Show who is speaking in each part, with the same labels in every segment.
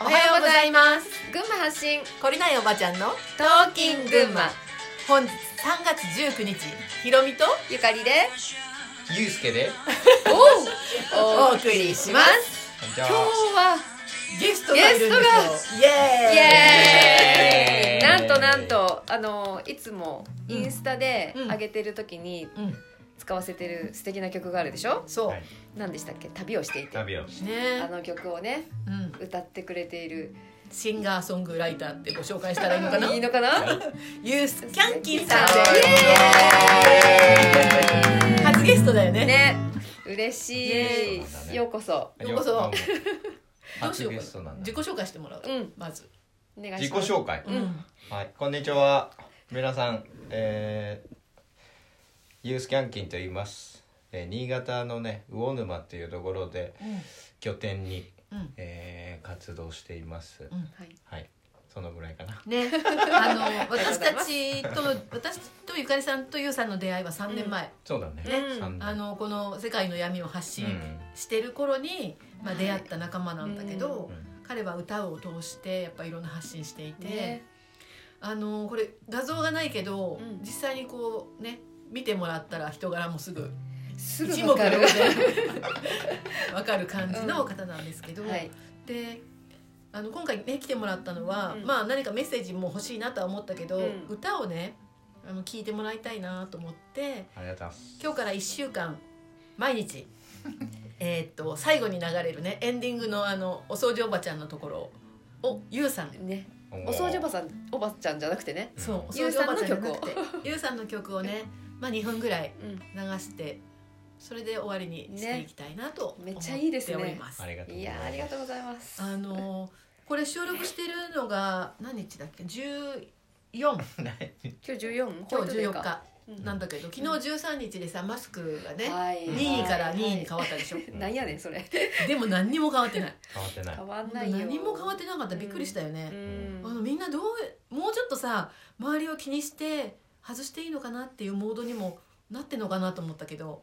Speaker 1: おはようございます
Speaker 2: 群馬発信
Speaker 1: 懲りないおばちゃんの
Speaker 2: トーキン群馬
Speaker 1: 本日3月19日ひろみと
Speaker 2: ゆかりで
Speaker 3: ゆうすけで
Speaker 2: お
Speaker 1: お送りします
Speaker 3: じゃ
Speaker 2: 今日は
Speaker 1: ゲストがいるんですよイエーイ
Speaker 2: イエーイ
Speaker 3: イエーイ
Speaker 2: なんとなんとあのいつもインスタで
Speaker 1: うん
Speaker 2: 上げてる時に
Speaker 1: うん、
Speaker 2: 使わせてる素敵な曲があるでしょ
Speaker 1: そう、
Speaker 3: はい
Speaker 2: 何でしたっけ旅をしていて
Speaker 3: 旅を
Speaker 2: あ
Speaker 1: ね、
Speaker 2: の曲をね
Speaker 1: うん、
Speaker 2: 歌ってくれている
Speaker 1: シンガーソングライターってご紹介したらいいのかない
Speaker 2: いのかな
Speaker 1: ユースキャンキンさんで
Speaker 2: イ
Speaker 1: す初ゲストだよね
Speaker 2: ね嬉し
Speaker 3: イエー
Speaker 2: い
Speaker 3: イ
Speaker 2: ようこそ
Speaker 1: ようこそど
Speaker 3: ど
Speaker 1: う
Speaker 3: う
Speaker 1: し
Speaker 3: し
Speaker 1: よ
Speaker 3: よ
Speaker 1: う
Speaker 3: う
Speaker 1: か
Speaker 3: か
Speaker 1: な
Speaker 3: な
Speaker 1: 自己紹介してもらう、
Speaker 2: うん
Speaker 1: まず、
Speaker 2: お願い
Speaker 3: 自
Speaker 2: し
Speaker 3: 己
Speaker 2: ます
Speaker 3: 紹介
Speaker 1: う、ん、
Speaker 3: はいこんにちは皆さんえー、ユースキャンキンと言います、えー、新潟のね魚沼っていうところで拠点に、
Speaker 1: うん
Speaker 3: えー、活動していま
Speaker 1: ん
Speaker 3: す、
Speaker 2: はい
Speaker 3: はいそのぐらいかな
Speaker 1: ね、あの私たちと私とゆかりさんとゆうさんの出会いは3年前、
Speaker 3: そうだね
Speaker 1: ね
Speaker 3: 三年
Speaker 1: あのこの「世界の闇」を発信してる頃に、まあ、出会った仲間なんだけど、
Speaker 3: うん
Speaker 1: 彼は歌を通してやっぱいろんな発信していて、
Speaker 2: ね
Speaker 1: あのこれ画像がないけど、
Speaker 2: うん
Speaker 1: 実際にこうね見てもらったら人柄もすぐ
Speaker 2: す
Speaker 1: 一
Speaker 2: ぐ
Speaker 1: 目
Speaker 2: わ
Speaker 1: 瞭
Speaker 2: かる
Speaker 1: 然 わかる感じの方なんですけど、
Speaker 2: はい
Speaker 1: であの今回ね来てもらったのは、
Speaker 2: うん
Speaker 1: まあ何かメッセージも欲しいなとは思ったけど、
Speaker 2: うん
Speaker 1: 歌をねあの聞いてもらいたいなと思って
Speaker 3: ありがとうございます
Speaker 1: 今日から1週間毎日 えーっと最後に流れるねエンディングのあのお掃除おばちゃんのところをゆうさん
Speaker 2: ね
Speaker 3: お
Speaker 2: お掃除おばさんおばちゃんじゃなくてね
Speaker 1: そうお
Speaker 2: ゆう
Speaker 1: 掃除お
Speaker 2: さん
Speaker 1: ば
Speaker 2: の
Speaker 1: ちゃんじゃ
Speaker 2: 曲
Speaker 1: な
Speaker 2: を
Speaker 1: くてゆうさんの曲をね、まあ、2分ぐらい
Speaker 2: うん
Speaker 1: 流してそれで終わりにしていきたいなと思ってお
Speaker 2: ねめ
Speaker 1: り
Speaker 2: っ
Speaker 1: ます、
Speaker 2: ちゃいいですね
Speaker 3: ありがとう
Speaker 2: い
Speaker 3: ござ
Speaker 2: やーあり
Speaker 3: い
Speaker 2: が
Speaker 3: ま
Speaker 2: と
Speaker 3: す
Speaker 2: うございます。
Speaker 1: あのーこれ収録してるのが何日だっけ14今
Speaker 2: 今日十四
Speaker 1: 日14日
Speaker 2: うん
Speaker 1: なんだけど昨日13日でさマスクがね
Speaker 2: はい
Speaker 1: 2位から2位に変わったでしょ
Speaker 2: はいなんやねんそれ。
Speaker 1: でも何にも変わってない
Speaker 3: 変わってない
Speaker 2: 変わんないよ。
Speaker 1: 何も変わってなかったびっくりしたよね、
Speaker 2: うん
Speaker 1: あのみんなどうもうちょっとさ周りを気にして外していいのかなっていうモードにもなってんのかなと思ったけど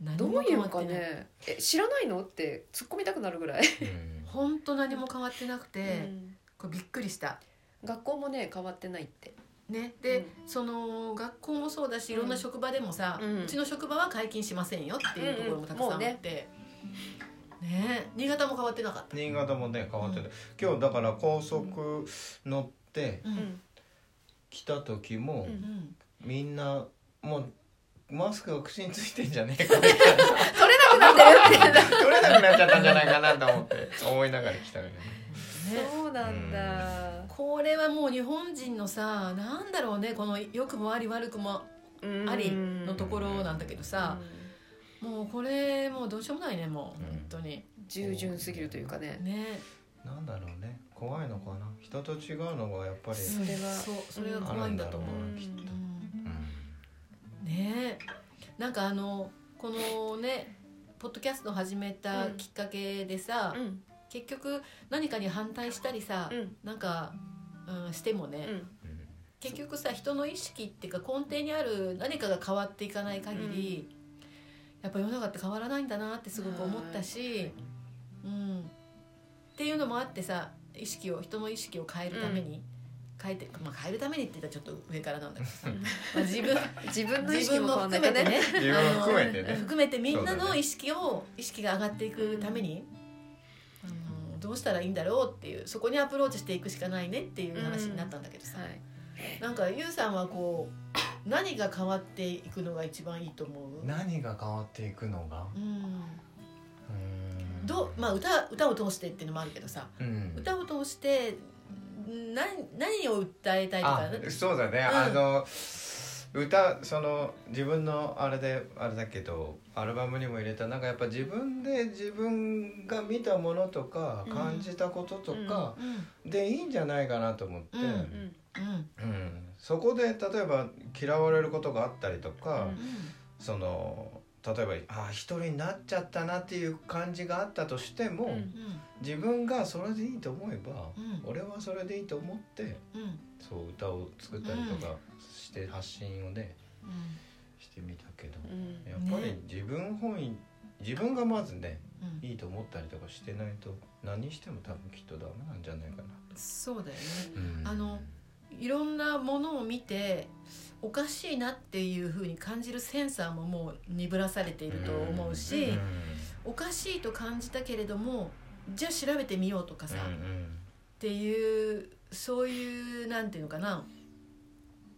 Speaker 1: 何
Speaker 2: ど
Speaker 1: も
Speaker 2: うい
Speaker 1: 変
Speaker 2: う
Speaker 1: わ
Speaker 2: の
Speaker 1: って
Speaker 2: か
Speaker 1: ない、
Speaker 2: ね。え知らないのって突っ込みたくなるぐらい。
Speaker 3: うん
Speaker 1: 本当何も変わってなくて、
Speaker 2: うん
Speaker 1: これびっくりした
Speaker 2: 学校もね変わってないって。
Speaker 1: ねで、その学校もそうだしいろんな職場でもさ、う
Speaker 2: うん
Speaker 1: ちの職場は解禁しませんよっていうところもたくさんあって、
Speaker 2: うんうんもう
Speaker 1: ね新潟も変わってなかった、
Speaker 3: 新潟もね変わってて、今日だから高速乗って
Speaker 1: うん
Speaker 2: うん
Speaker 3: 来た時も、
Speaker 2: うん
Speaker 1: うん
Speaker 3: みんなもうマスクが口についてんじゃねえかな
Speaker 2: 取れなくなってるみたいな。
Speaker 3: 取れなくなっちゃったんじゃないかなと思って思いながら来たけどね
Speaker 1: ね、
Speaker 2: そうなんだ。
Speaker 1: これはもう日本人のさなんだろうねこの良くもあり悪くも
Speaker 2: うん
Speaker 1: ありのところなんだけどさ、
Speaker 2: う
Speaker 1: もうこれもうどうしようもないねもう、
Speaker 3: うん
Speaker 1: 本当に
Speaker 2: ん従順すぎるというかね。
Speaker 1: ね
Speaker 3: なんだろうね怖いのかな人と違うのがやっぱり、
Speaker 2: それは
Speaker 1: そうそれが怖いんだと思う、
Speaker 3: う
Speaker 2: うん
Speaker 3: きっ
Speaker 1: う
Speaker 3: と
Speaker 1: ん
Speaker 3: うん
Speaker 1: ねえなんかあのこのねポッドキャストを始めたきっかけでさ、
Speaker 2: うん
Speaker 1: 結局何かに反対したりさ、
Speaker 2: うん
Speaker 1: なんか、うん、してもね、
Speaker 2: うん
Speaker 1: 結局さ人の意識っていうか根底にある何かが変わっていかない限り、やっぱ世の中って変わらないんだなってすごく思ったし、うん、っていうのもあってさ意識を人の意識を変えるために。変えてまあ、変えるためにって言ったらちょっと上からなん だけどさ、まあ、自分
Speaker 2: 自分の意
Speaker 1: 自
Speaker 2: 識
Speaker 1: 分
Speaker 2: も
Speaker 1: も
Speaker 2: 変わんない
Speaker 1: 含
Speaker 2: と
Speaker 1: め
Speaker 2: ね。
Speaker 1: てね
Speaker 3: 自分も含めて
Speaker 1: あの
Speaker 3: ね
Speaker 1: 含めてみんな
Speaker 3: そうだ
Speaker 1: の
Speaker 3: ね
Speaker 1: 意識を、意識が上がっていくためにあのどうしたらいいんだろうっていうそこにアプローチしていくしかないねっていう話になったんだけどさ、
Speaker 2: はい。
Speaker 1: なんかゆうさんはこう何が変わっていくのが一番いいと思う、
Speaker 3: 何が変わっていくのが
Speaker 1: うん
Speaker 3: うん
Speaker 1: どうまあ、歌歌を通してっていうのもあるけどさ
Speaker 3: うん、
Speaker 1: 歌を通して何何を訴えたいとか
Speaker 3: あそうだね、あの歌その自分のあれであれだけどアルバムにも入れたなんかやっぱ自分で自分が見たものとか
Speaker 1: うん
Speaker 3: 感じたこととか
Speaker 1: うん
Speaker 3: でいいんじゃないかなと思って、
Speaker 1: う
Speaker 3: うんん
Speaker 2: うん
Speaker 1: うん
Speaker 3: そこで例えば嫌われることがあったりとか、
Speaker 2: うん
Speaker 3: その例えばあー一人になっちゃったなっていう感じがあったとしても、
Speaker 2: うん
Speaker 1: うん
Speaker 3: 自分がそれでいいと思えば、
Speaker 1: うん
Speaker 3: 俺はそれでいいと思って。
Speaker 1: うんうん
Speaker 3: そう歌を作ったりとかして発信をねしてみたけど
Speaker 2: うん
Speaker 3: やっぱり自分本位自分がまずね
Speaker 1: うん
Speaker 3: いいと思ったりとかしてないと何しても多分きっとダメなんじゃないかな。
Speaker 1: そうだよね
Speaker 3: うん
Speaker 1: あのいろんなものを見ておかしいなっていうふうに感じるセンサーももう鈍らされていると思うし、
Speaker 3: ん
Speaker 1: おかしいと感じたけれどもじゃあ調べてみようとかさ、
Speaker 3: う
Speaker 1: っ
Speaker 3: ん
Speaker 1: ていうそういうなんていうのかな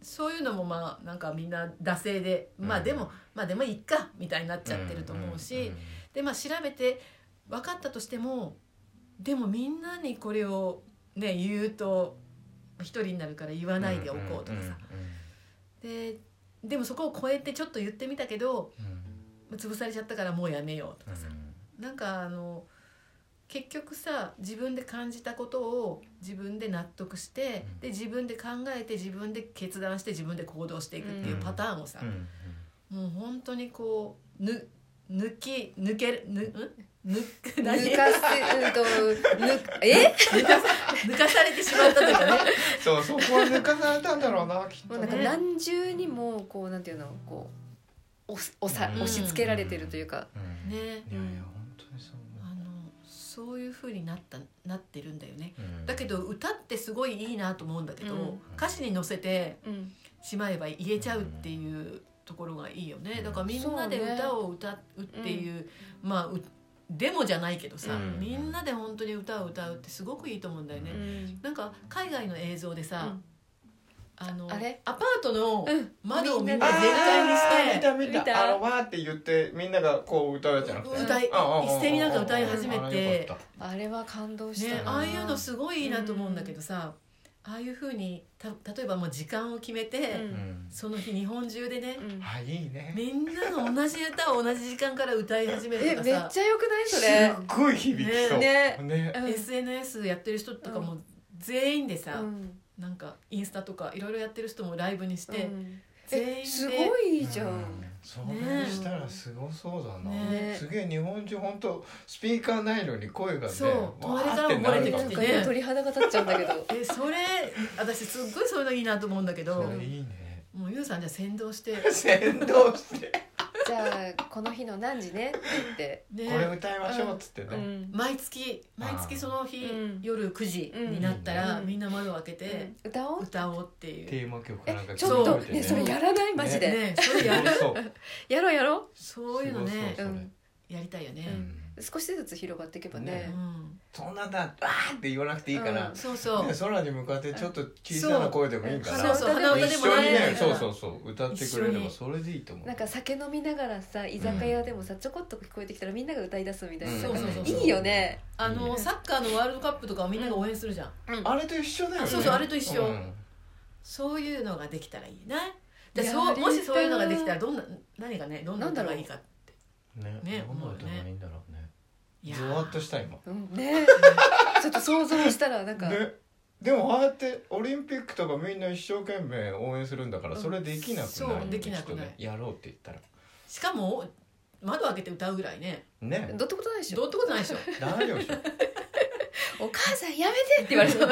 Speaker 1: そういうのもまあなんかみんな惰性でまあ
Speaker 3: うん
Speaker 1: でも、まあでもいっかみたいになっちゃってると思うし、
Speaker 3: んん
Speaker 1: でまあ調べて分かったとしてもでもみんなにこれをね言うと一人になるから言わないでおこうとかさ、ででもそこを超えてちょっと言ってみたけど
Speaker 3: うんうんうん
Speaker 1: 潰されちゃったからもうやめようと
Speaker 3: うん
Speaker 1: かさ、なんかあの結局さ自分で感じたことを自分で納得して、
Speaker 3: うん
Speaker 1: で自分で考えて自分で決断して自分で行動していくっていうパターンをさ
Speaker 3: う、ん
Speaker 1: もう本当にこうぬ抜き抜けるぬん 抜何
Speaker 2: 抜かすうんとぬえ
Speaker 1: 抜かされてしまったというか ね。
Speaker 3: そうそこは抜かされたんだろうなきっ
Speaker 2: もう
Speaker 3: と
Speaker 2: なんか
Speaker 1: ね
Speaker 2: 何重にもこうなんていうのこう押す押さ
Speaker 3: うん
Speaker 2: 押し付けられてるというか、
Speaker 3: うん
Speaker 1: ね
Speaker 3: いやいや本当にそう
Speaker 1: あのそういう風になったなってるんだよね。
Speaker 3: 思う
Speaker 1: だけど歌ってすごいいいなと思うんだけど、
Speaker 2: うん
Speaker 1: 歌詞に乗せて
Speaker 2: うん、
Speaker 1: しまえば言えちゃうっていうところがいいよね。だからみんなで
Speaker 2: そうね
Speaker 1: 歌を歌うっていう、まあうデモじゃないけどさ、
Speaker 2: うん
Speaker 1: みんなで本当に歌を歌うってすごくいいと思うんだよね。
Speaker 2: うん
Speaker 1: なんか海外の映像でさ、あの
Speaker 2: あれ
Speaker 1: アパートの
Speaker 2: うん
Speaker 1: 窓をみんな
Speaker 2: みんなで
Speaker 1: 全開にして。
Speaker 3: あー見た見
Speaker 2: 見
Speaker 3: た
Speaker 2: た
Speaker 3: あのわーって言ってみんながこう歌うじゃなくて
Speaker 1: 歌い
Speaker 3: あああ
Speaker 1: 一斉になんか歌い始めて
Speaker 3: あれよかっ
Speaker 2: あれは感動した
Speaker 1: ね、
Speaker 2: な
Speaker 1: ああいうのすごいいいなと思うんだけどさ、ああいうふうにた例えばもう時間を決めて、
Speaker 3: た
Speaker 2: うん
Speaker 1: その日日本中でね
Speaker 2: う、ん
Speaker 3: あいいね
Speaker 1: みんなの同じ歌を同じ時間から歌い始め
Speaker 2: えめ
Speaker 1: る
Speaker 2: っ
Speaker 1: とか
Speaker 2: ちゃ
Speaker 1: さ、
Speaker 2: 良くない
Speaker 3: す
Speaker 2: それ
Speaker 3: っごい響きそう
Speaker 2: ね
Speaker 3: ね
Speaker 2: うん
Speaker 1: SNS やってる人とか
Speaker 2: う
Speaker 1: も全員でさ、
Speaker 2: うん
Speaker 1: なんかインスタとかいろいろやってる人もライブにし
Speaker 2: う
Speaker 1: て、
Speaker 2: ん
Speaker 1: 全
Speaker 2: え
Speaker 1: 員
Speaker 2: す
Speaker 1: で
Speaker 2: ごいいいじゃ
Speaker 3: うんそれしたらすごそうだな、
Speaker 1: ね
Speaker 3: すげえ日本中本当スピーカーないのに声がね
Speaker 1: そう
Speaker 3: わーってな
Speaker 1: 漏れ
Speaker 3: る
Speaker 1: て
Speaker 3: か
Speaker 1: き
Speaker 3: も
Speaker 1: て
Speaker 2: なん
Speaker 1: ね
Speaker 2: か今鳥肌が立っちゃうんだけど
Speaker 1: えそれ私すっごいそういうのいいなと思うんだけど
Speaker 3: それいいね
Speaker 1: もうゆうさんじゃあ先導して、
Speaker 3: 先導して
Speaker 2: じゃあこの日の何時ねって言って
Speaker 1: ね、
Speaker 3: これ歌いましょうっつってね、
Speaker 2: うん
Speaker 1: 毎月毎月その日、
Speaker 2: うん
Speaker 1: 夜9時になったら、
Speaker 2: うん
Speaker 1: みんな窓を開けて
Speaker 2: 歌おう
Speaker 1: 歌おうっていう、
Speaker 3: テーマ曲か
Speaker 2: え
Speaker 3: なんか
Speaker 2: ちょっと
Speaker 1: そう
Speaker 2: ねそれやらないマジで、
Speaker 1: ねそれやる
Speaker 3: そう
Speaker 2: やろうやろ
Speaker 1: そういうのね
Speaker 3: それ
Speaker 2: うん
Speaker 1: やりたいよね、
Speaker 3: う
Speaker 1: うん
Speaker 3: ん
Speaker 2: う少しずつ広がっていけば
Speaker 1: う
Speaker 2: ね
Speaker 3: ね
Speaker 1: ん
Speaker 3: そんなだわーって言わなくていいから、
Speaker 1: そうそう、
Speaker 3: ね空に向かってちょっと小さな声でもいいか
Speaker 1: そう
Speaker 3: ら
Speaker 1: そうそう鼻歌で
Speaker 3: 一
Speaker 1: も
Speaker 3: 緒に
Speaker 1: ない
Speaker 3: ね
Speaker 1: か
Speaker 3: そう
Speaker 1: ら
Speaker 3: そうそう歌ってくれれ
Speaker 1: 一緒
Speaker 3: ば
Speaker 1: に
Speaker 3: それでいいと思う
Speaker 2: なんか酒飲みながらさ居酒屋でもさちょこっと聞こえてきたらみんなが歌い出すみたいな、
Speaker 1: んそうそうそう
Speaker 2: いいよね
Speaker 1: あのサッカーのワールドカップとかをみんなが応援するじゃん、
Speaker 3: あれと一緒だよね
Speaker 1: そうそうあれと一緒
Speaker 3: うん
Speaker 1: そういうのができたらいいね
Speaker 2: や
Speaker 1: でそ
Speaker 2: や
Speaker 1: う
Speaker 2: り
Speaker 1: も
Speaker 2: たい
Speaker 1: しそういうのができたらどんな何がねどんな歌がいいか
Speaker 3: ね
Speaker 1: ね
Speaker 3: どんな歌がいいんだろうね
Speaker 1: いや
Speaker 3: ゾワッとした今
Speaker 2: うん ねちょっと想像したらなんか、
Speaker 3: ででもああやってオリンピックとかみんな一生懸命応援するんだから
Speaker 2: うん
Speaker 3: それできなくない
Speaker 1: そうできなくない
Speaker 3: ちょっとねやろうって言ったら
Speaker 1: しかも窓開けて歌うぐらいね
Speaker 3: ね
Speaker 2: どうってことないでし
Speaker 1: ど
Speaker 2: ょ
Speaker 1: うってことないでしょ
Speaker 3: 大丈夫でしょとか
Speaker 2: お母さんやめてって言われる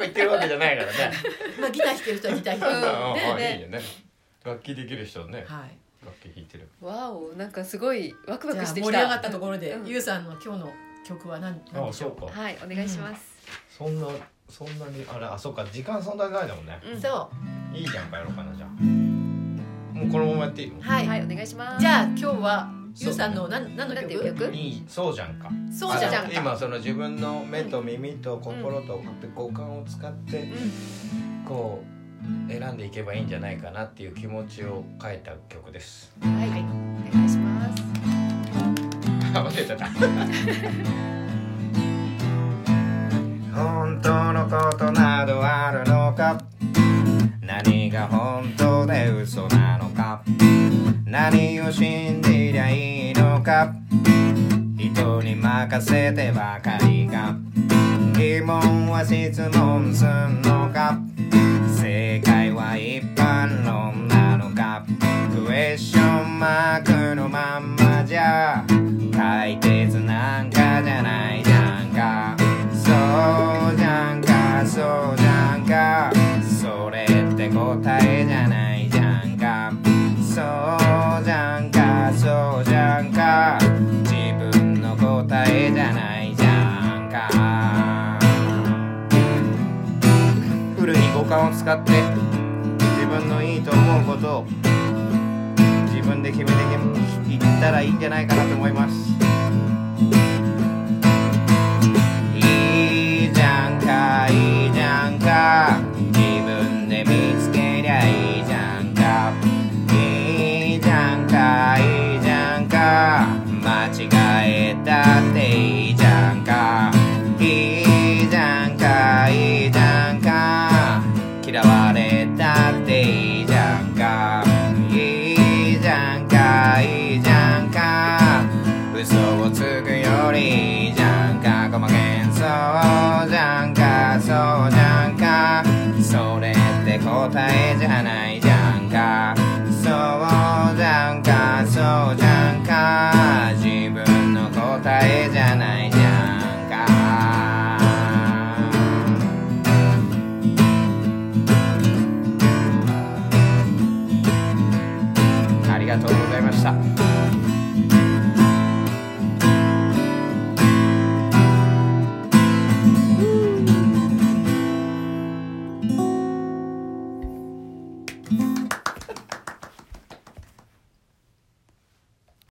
Speaker 3: 言ってるわけじゃないからね
Speaker 1: まあギター弾ける人はギター弾け
Speaker 2: うん
Speaker 1: る人
Speaker 3: あ
Speaker 1: で、
Speaker 3: あ
Speaker 2: ね
Speaker 3: いいよね楽器できる人はね
Speaker 1: はい
Speaker 3: 楽器弾いてる
Speaker 2: わおなんかすごいワクワ
Speaker 1: じ
Speaker 2: ク
Speaker 1: ゃあ
Speaker 2: して
Speaker 1: 盛り
Speaker 2: き
Speaker 1: 上
Speaker 2: た
Speaker 1: がったところで、
Speaker 2: うん
Speaker 1: ゆうさんの今日の曲は何何でしょう
Speaker 3: か
Speaker 2: はいお願いします、
Speaker 3: そんなそんなにあれあそうか時間そんなにないだもんね
Speaker 2: うん
Speaker 1: そう
Speaker 3: いいじゃんかやろうかなじゃあもうこのままやっていいの
Speaker 1: はい、
Speaker 2: はいお願いします
Speaker 1: じ
Speaker 2: あ
Speaker 1: ゃあ今日は
Speaker 3: そう
Speaker 1: ゆうさんの何何の
Speaker 2: なんていう
Speaker 1: 曲
Speaker 2: 曲
Speaker 3: いいそうじゃんか
Speaker 1: そうじゃ
Speaker 3: あ
Speaker 1: ん
Speaker 3: の
Speaker 1: か
Speaker 3: 今その自分の目と耳と心と五感を使ってこう選んでいけばいいんじゃないかなっていう気持ちを書いた曲です。
Speaker 2: うんはい、
Speaker 1: はい
Speaker 2: お願いします
Speaker 3: あ忘れちゃった 本当のことなどあるのか何が本当で嘘なのか何を信じりゃいいのか人に任せてばかりが疑問は質問すんのか正解は一般論なのかクエスチョンマークのまんまじゃ解決なんかじゃないじゃんかそうじゃんかそうじゃんかそれって答えじゃないじゃんかそうじゃんかそうじゃんか自使って自分のいいと思うことを自分で決めていったらいいんじゃないかなと思いますいいじゃんかいいじゃんか自分で見つけりゃいいじゃんかいいじゃんかいいじゃんか間違えたっていいじゃんかいいじゃんかいいじゃんか嫌われたっていいじゃんかいいじゃんかいいじゃんか嘘をつくよりいいじゃんかごまけんそうじゃんかそうじゃんかそれって答えじゃないじゃんかそうじゃんかそうじゃんか自分の答えじゃないじゃんか